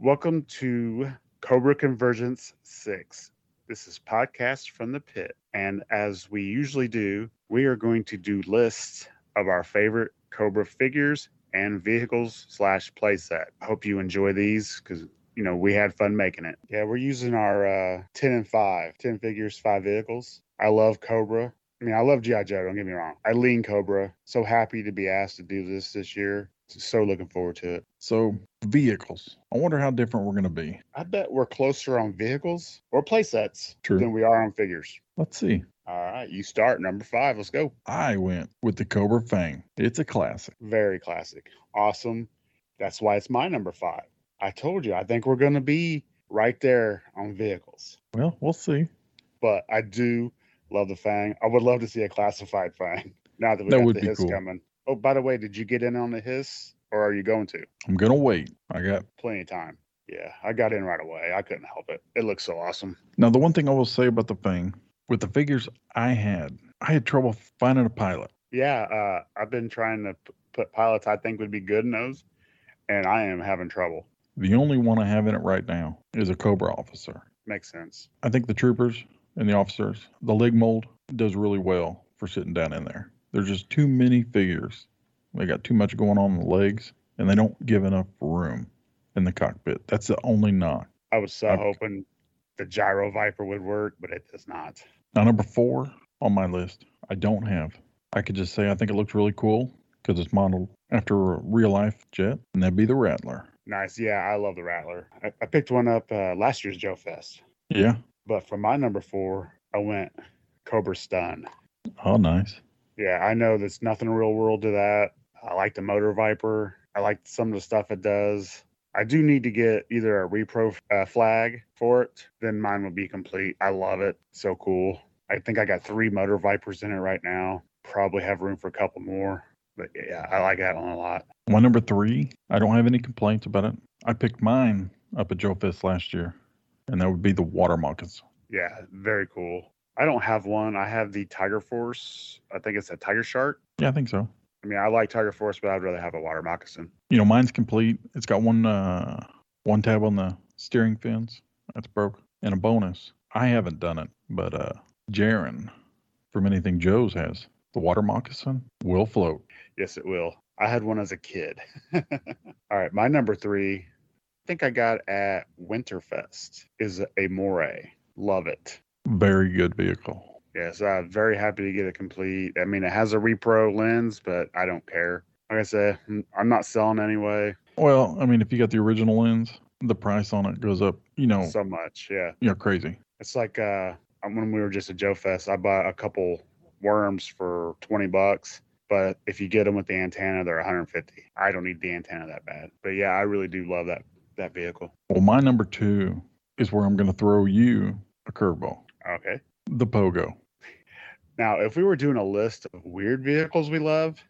Welcome to Cobra Convergence 6. This is podcast from the pit. And as we usually do, we are going to do lists of our favorite Cobra figures and vehicles slash playset. Hope you enjoy these because you know we had fun making it. Yeah, we're using our uh, 10 and 5, 10 figures, 5 vehicles. I love Cobra. I mean, I love G.I. Joe, don't get me wrong. I lean Cobra. So happy to be asked to do this this year. So looking forward to it. So vehicles. I wonder how different we're going to be. I bet we're closer on vehicles or playsets True. than we are on figures. Let's see. All right, you start number five. Let's go. I went with the Cobra Fang. It's a classic. Very classic. Awesome. That's why it's my number five. I told you, I think we're going to be right there on vehicles. Well, we'll see. But I do love the Fang. I would love to see a classified Fang now that we That got would the be Hiss cool. coming. Oh, by the way, did you get in on the Hiss or are you going to? I'm going to wait. I got Plenty of time. Yeah, I got in right away. I couldn't help it. It looks so awesome. now the one thing I will say about the Fang with the figures I had, I had trouble finding a pilot. Yeah, uh, I've been trying to p- put pilots I think would be good in those, and I am having trouble. The only one I have in it right now is a Cobra officer. Makes sense. I think the troopers and the officers, the leg mold does really well for sitting down in there. There's just too many figures. They got too much going on in the legs, and they don't give enough room in the cockpit. That's the only knock. I was so Okay. hoping the gyro viper would work, but it does not. Now, number four on my list, I don't have. I could just say I think it looks really cool because it's modeled after a real life jet, and that'd be the Rattler. Nice. Yeah, I love the Rattler. I, I picked one up uh, last year's Joe Fest, Yeah. but for my number four, I went Cobra Stun. Oh, nice. Yeah, I know there's nothing real world to that. I like the Motor Viper. I like some of the stuff it does. I do need to get either a repro uh, flag for it, then mine will be complete. I love it. So cool. I think I got three Motor Vipers in it right now. Probably have room for a couple more. But yeah, I like that one a lot. My number three, I don't have any complaints about it. I picked mine up at Joe Fest last year, and that would be the Water Moccasins. Yeah, very cool. I don't have one. I have the Tiger Force. I think it's a Tiger Shark. Yeah, I think so. I mean, I like Tiger Force, but I'd rather have a Water Moccasin. You know, mine's complete. It's got one uh one tab on the steering fins. That's broke. And a bonus. I haven't done it, but uh Jaren from anything Joe's has. The water moccasin will float. Yes, it will. I had one as a kid. All right, my number three, I think I got at Winterfest, is a Moray. Love it. Very good vehicle. Yes, I'm very happy to get it complete. I mean, it has a repro lens, but I don't care. Like I said, I'm- I'm not selling anyway Well, I mean if you got the original lens, the price on it goes up, you know, so much. Yeah. you know, crazy. It's like uh, when we were just at Joe Fest, I bought a couple worms for 20 bucks. But if you get them with the antenna, they're 150. I don't need the antenna that bad. But yeah, I really do love that that vehicle. Well, my number two is where I'm gonna throw you a curveball. Okay. The pogo. Now, if we were doing a list of weird vehicles we love,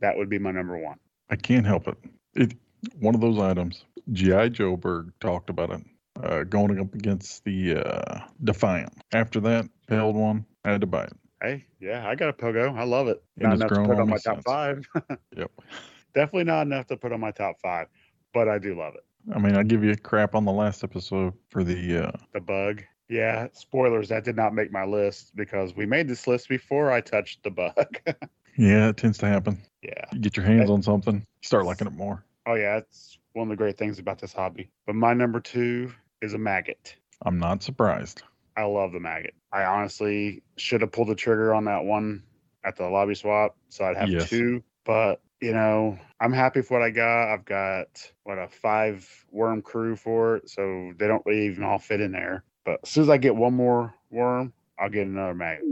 that would be my number one. I can't help it. It one of those items. GI Joe Berg talked about it. Uh, going up against the uh, Defiant. After that, failed one. I had to buy it. Hey, yeah, I got a pogo. I love it. And Not it's enough to grown put on on my me top since. five. Yep. Definitely not enough to put on my top five, but I do love it. I mean, I give you crap on the last episode for the. Uh, The bug. Yeah, spoilers, that did not make my list because we made this list before I touched the bug. yeah, it tends to happen. yeah. You get your hands on something, you start liking it more. Oh, yeah, it's one of the great things about this hobby. But my number two is a maggot. I'm not surprised. I love the maggot. I honestly should have pulled the trigger on that one at the lobby swap, so I'd have Yes. two. But you know, I'm happy for what I got. I've got what a five worm crew for it, so they don't really even all fit in there. But as soon as I get one more worm, I'll get another maggot.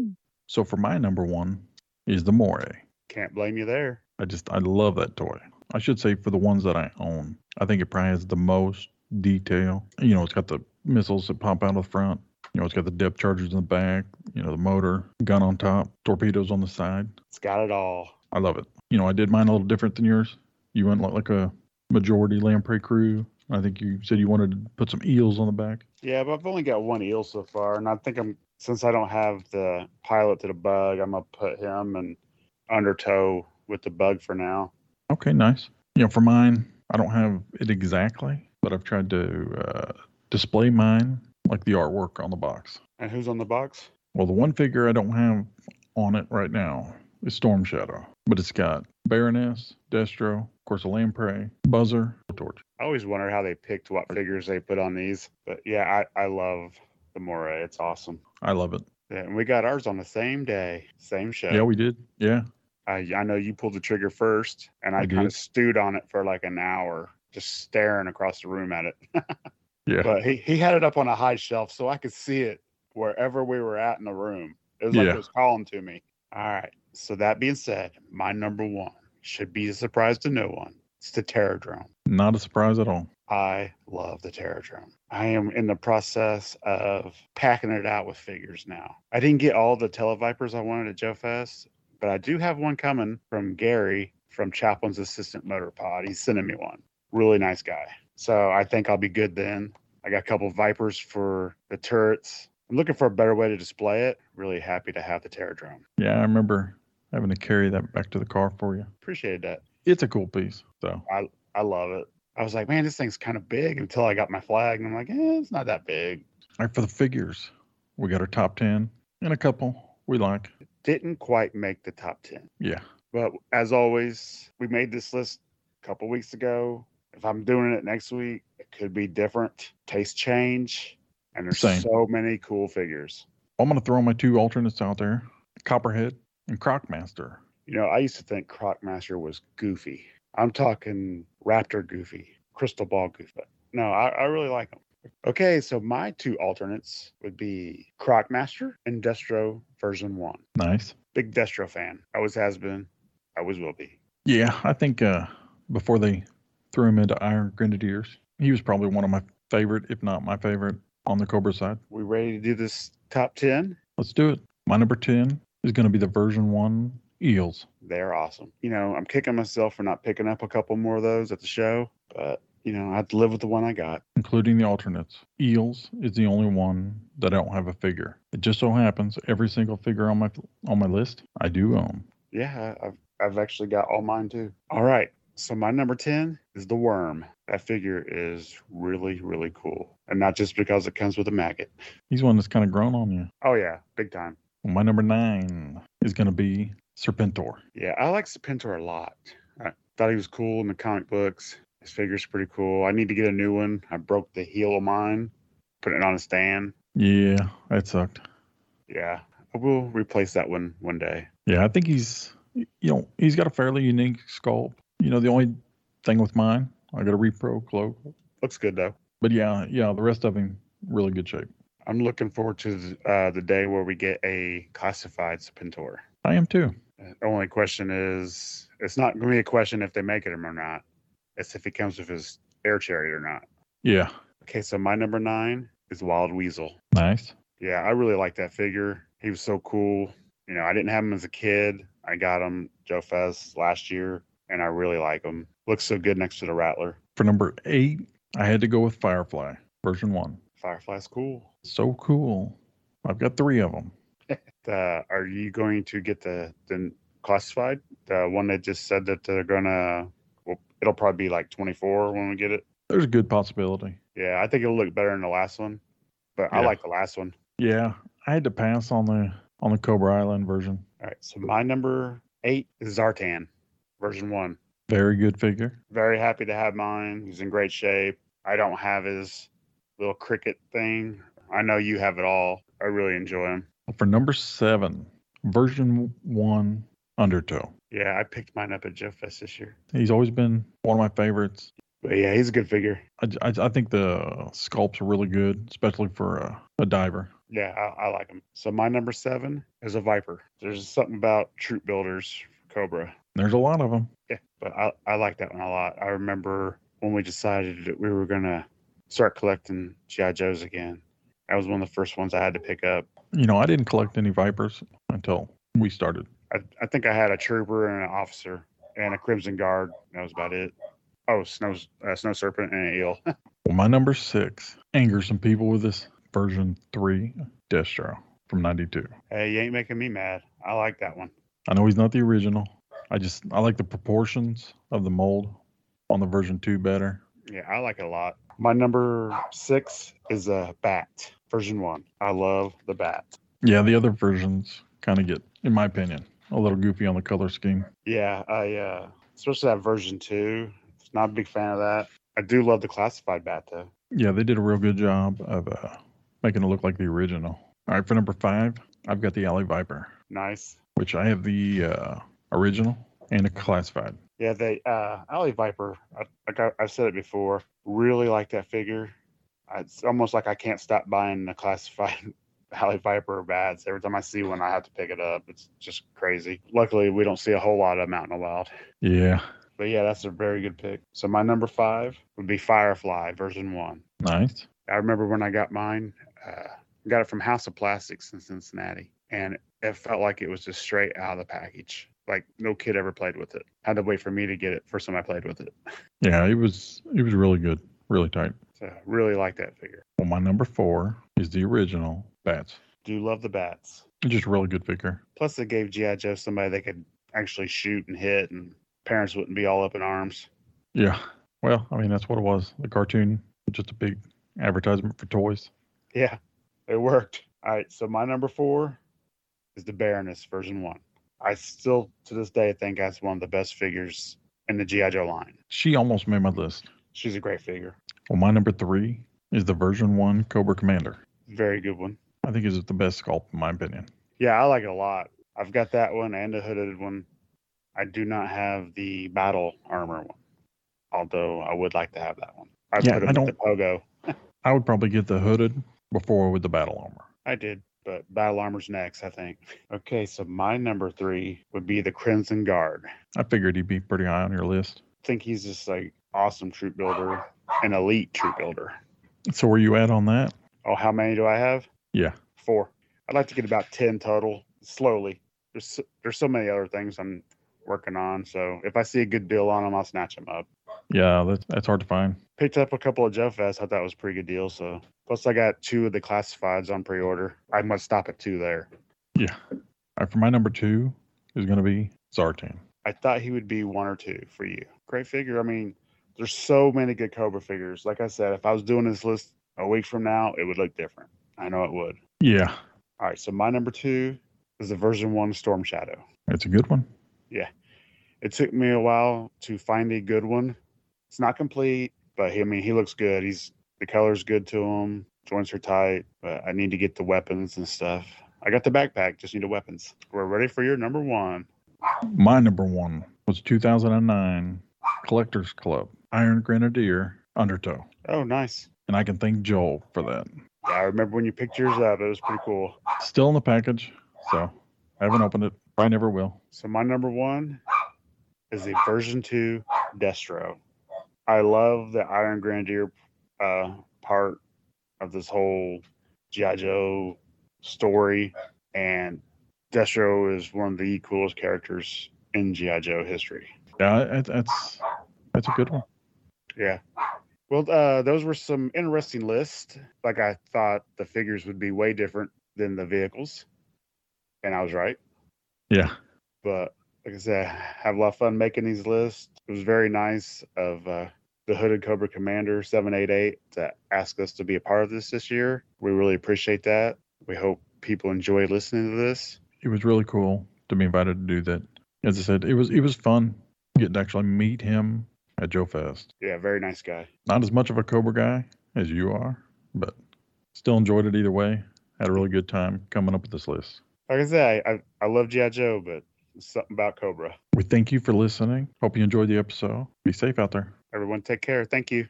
So for my number one is the Moray. Can't blame you there. I just I love that toy. I should say for the ones that I own, I think it probably has the most detail. You know, it's got the missiles that pop out of the front. You know, it's got the depth chargers in the back. You know, the motor, gun on top, torpedoes on the side. It's got it all. I love it. You know, I did mine a little different than yours. You went like, like a majority lamprey crew. I think you said you wanted to put some eels on the back. Yeah, but I've only got one eel so far, and I think I'm since I don't have the pilot to the bug, I'm gonna put him and undertow with the bug for now. Okay, nice. You know, for mine, I don't have it exactly. but I've tried to uh, display mine like the artwork on the box. And who's on the box? Well, the one figure I don't have on it right now is Storm Shadow, but it's got Baroness, Destro, of course, a Lamprey, Buzzer, Torch. I always wonder how they picked what figures they put on these. But yeah, I, I love the Mora. It's awesome. I love it. Yeah, and we got ours on the same day, same show. Yeah, we did. Yeah, I, I know you pulled the trigger first, and I, I kind of did. stewed on it for like an hour, just staring across the room at it. Yeah. But he, he had it up on a high shelf so I could see it wherever we were at in the room. It was like Yeah. it was calling to me. All right. So that being said, my number one should be a surprise to no one. It's the Terror Drone. not a surprise at all. I love the Terror Drone. I am in the process of packing it out with figures now. I didn't get all the Televipers I wanted at Joe Fest, but I do have one coming from Gary from Chaplin's Assistant Motor Pod. He's sending me one. Really nice guy. So I think I'll be good then. I got a couple Vipers for the turrets. I'm looking for a better way to display it. Really happy to have the Terror Drone. Yeah, I remember having to carry that back to the car for you. Appreciated that. It's a cool piece, though. I love it. I was like, man, this thing's kind of big until I got my flag. And I'm like, eh, it's not that big. All right, for the figures, we got our top ten and a couple we like. Didn't quite make the top 10. Yeah, But as always, we made this list a couple weeks ago. If I'm doing it next week, it could be different. Taste change. And there's Same. so many cool figures. I'm gonna throw my two alternates out there: Copperhead and Crocmaster. You know, I used to think Crocmaster was goofy. I'm talking Raptor goofy, Crystal Ball goofy. But no, I, I really like them. Okay, so my two alternates would be Crocmaster and Destro version one. Nice. Big Destro fan. Always has been. Always will be. Yeah, I think uh, before they threw him into Iron Grenadiers, he was probably one of my favorite, if not my favorite, on the Cobra side. We ready to do this top 10? Let's do it. My number 10 is going to be the version one eels. they're awesome. You know, I'm kicking myself for not picking up a couple more of those at the show, but you know, I had to live with the one I got. including the alternates. Eels is the only one that I don't have a figure. It just so happens every single figure on my on my list I do own. Yeah, I- I've I've actually got all mine too. All right. So my number 10 is the worm. That figure is really, really cool. And not just because it comes with a maggot. He's one that's kind of grown on you. Oh yeah, big time. My number nine is going to be Serpentor. Yeah, I like Serpentor a lot. I thought he was cool in the comic books. His figure's pretty cool. I need to get a new one. I broke the heel of mine, put it on a stand. Yeah, that sucked. Yeah. I will replace that one one day. Yeah, I think he's you know he's got a fairly unique sculpt. You know the only thing with mine I got a repro cloak, Looks good though. but yeah yeah the rest of him really good shape. I'm looking forward to th- uh, the day where we get a classified Serpentor. I am too. The only question is, it's not going to be a question if they make it him or not. It's if he comes with his air chariot or not. Yeah, Okay, so my number nine is Wild Weasel. nice. Yeah, I really like that figure. He was so cool. You know, I didn't have him as a kid. I got him Joe Fez last year, and I really like him. Looks so good next to the Rattler. For number eight, I had to go with Firefly version one. Firefly's cool. So cool. I've got three of them. uh, are you going to get the the classified the one that just said that they're gonna well it'll probably be like 24 when we get it There's a good possibility. yeah i think it'll look better than the last one but i Yeah. like the last one Yeah, I had to pass on the on the Cobra Island version. all right so my number eight is zartan version one Very good figure. very happy to have mine he's in great shape i don't have his little cricket thing i know you have it all i really enjoy him For number seven, version one Undertow. yeah i picked mine up at jeff fest this year He's always been one of my favorites. but yeah he's a good figure I, I, I think the sculpts are really good, especially for a, a diver. Yeah, I, I like them. So my number seven is a Viper. There's something about troop builders for Cobra. There's a lot of them. Yeah, but I, I like that one a lot. I remember when we decided that we were gonna start collecting GI Joes again. That was one of the first ones I had to pick up. You know, I didn't collect any Vipers until we started. I, I think I had a trooper and an officer and a Crimson Guard. That was about it. Oh, snow uh, snow serpent and an eel. Well, my number six angers some people with this version three Destro from 92. hey, you ain't making me mad. I like that one. I know he's not the original. I just I like the proportions of the mold on the version two better. Yeah, I like it a lot. My number six is a bat, version one. I love the bat. Yeah, the other versions kind of get, in my opinion, a little goofy on the color scheme. Yeah, I uh, especially that version two. Not a big fan of that. I do love the classified bat though. Yeah, they did a real good job of uh, making it look like the original. All right, for number five, I've got the Alley Viper, Nice. which I have the uh, original and a classified. Yeah, they uh Alley Viper. I, like I, I've said it before, really like that figure. I- It's almost like I can't stop buying the classified Alley Viper bats. Every time I see one, I have to pick it up. It's just crazy. Luckily, we don't see a whole lot of them out in the wild. Yeah, But yeah, that's a very good pick. So my number five would be Firefly version one. nice. I remember when I got mine, uh, got it from House of Plastics in Cincinnati, and it felt like it was just straight out of the package. Like no kid ever played with it. Had to wait for me to get it first time I played with it. Yeah, it was it was really good, really tight. So really like that figure. Well, my number four is the original Bats. Do love the bats. Just a really good figure. Plus, it gave GI Joe somebody they could actually shoot and hit, and parents wouldn't be all up in arms. Yeah. Well, I mean that's what it was. The cartoon, just a big advertisement for toys. Yeah, it worked. All right, so my number four is the Baroness version one. I still to this day think that's one of the best figures in the GI Joe line. She almost made my list. She's a great figure. Well, my number three is the version one Cobra Commander. Very good one. I think is the best sculpt in my opinion. Yeah, I like it a lot. I've got that one and a hooded one. I do not have the battle armor one, although I would like to have that one. I Yeah, put I him at the pogo. I would probably get the hooded before with the battle armor. I did, but battle armor's next, I think. Okay, so my number three would be the Crimson Guard. I figured he'd be pretty high on your list. I think he's just like awesome troop builder, an elite troop builder. So where you at on that? Oh, how many do I have? Yeah. Four. I'd like to get about ten total. Slowly. There's so, there's so many other things I'm working on. So if I see a good deal on them, I'll snatch them up. Yeah, that's that's hard to find. Picked up a couple of Joe Fest. I thought it was a pretty good deal. So plus I got two of the classifieds on pre-order. I must stop at two there. Yeah. All right, for my number two is gonna be Zartan. I thought he would be one or two for you. Great figure. I mean, there's so many good Cobra figures. Like I said, if I was doing this list a week from now, it would look different. I know it would. Yeah. All right, so my number two is the version one Storm Shadow. It's a good one. It took me a while to find a good one. It's not complete, but he, I mean, he looks good. He's the color's good to him. Joints are tight, but I need to get the weapons and stuff. I got the backpack, just need the weapons. We're ready for your number one. My number one was 2009 Collectors Club Iron Grenadier Undertow. Oh, nice. And I can thank Joel for that. Yeah, I remember when you picked yours up. It was pretty cool. Still in the package, so I haven't opened it. I never will. So my number one is the version two Destro. I love the Iron Grenadier uh, part of this whole GI Joe story, and Destro is one of the coolest characters in GI Joe history. Yeah, it, that's that's a good one. Yeah. Well, uh, those were some interesting lists. Like I thought the figures would be way different than the vehicles, and I was right. Yeah. but like I said, have a lot of fun making these lists. It was very nice of uh, the Hooded Cobra Commander 788 to ask us to be a part of this this year. We really appreciate that. We hope people enjoy listening to this. it was really cool to be invited to do that. As I said, it was it was fun getting to actually meet him at Joe Fest. Yeah, very nice guy. Not as much of a Cobra guy as you are, but still enjoyed it either way. Had a really good time coming up with this list. Like I said, I, I, I love G.I. Joe, but something about Cobra. We thank you for listening. Hope you enjoyed the episode. Be safe out there. Everyone take care. Thank you.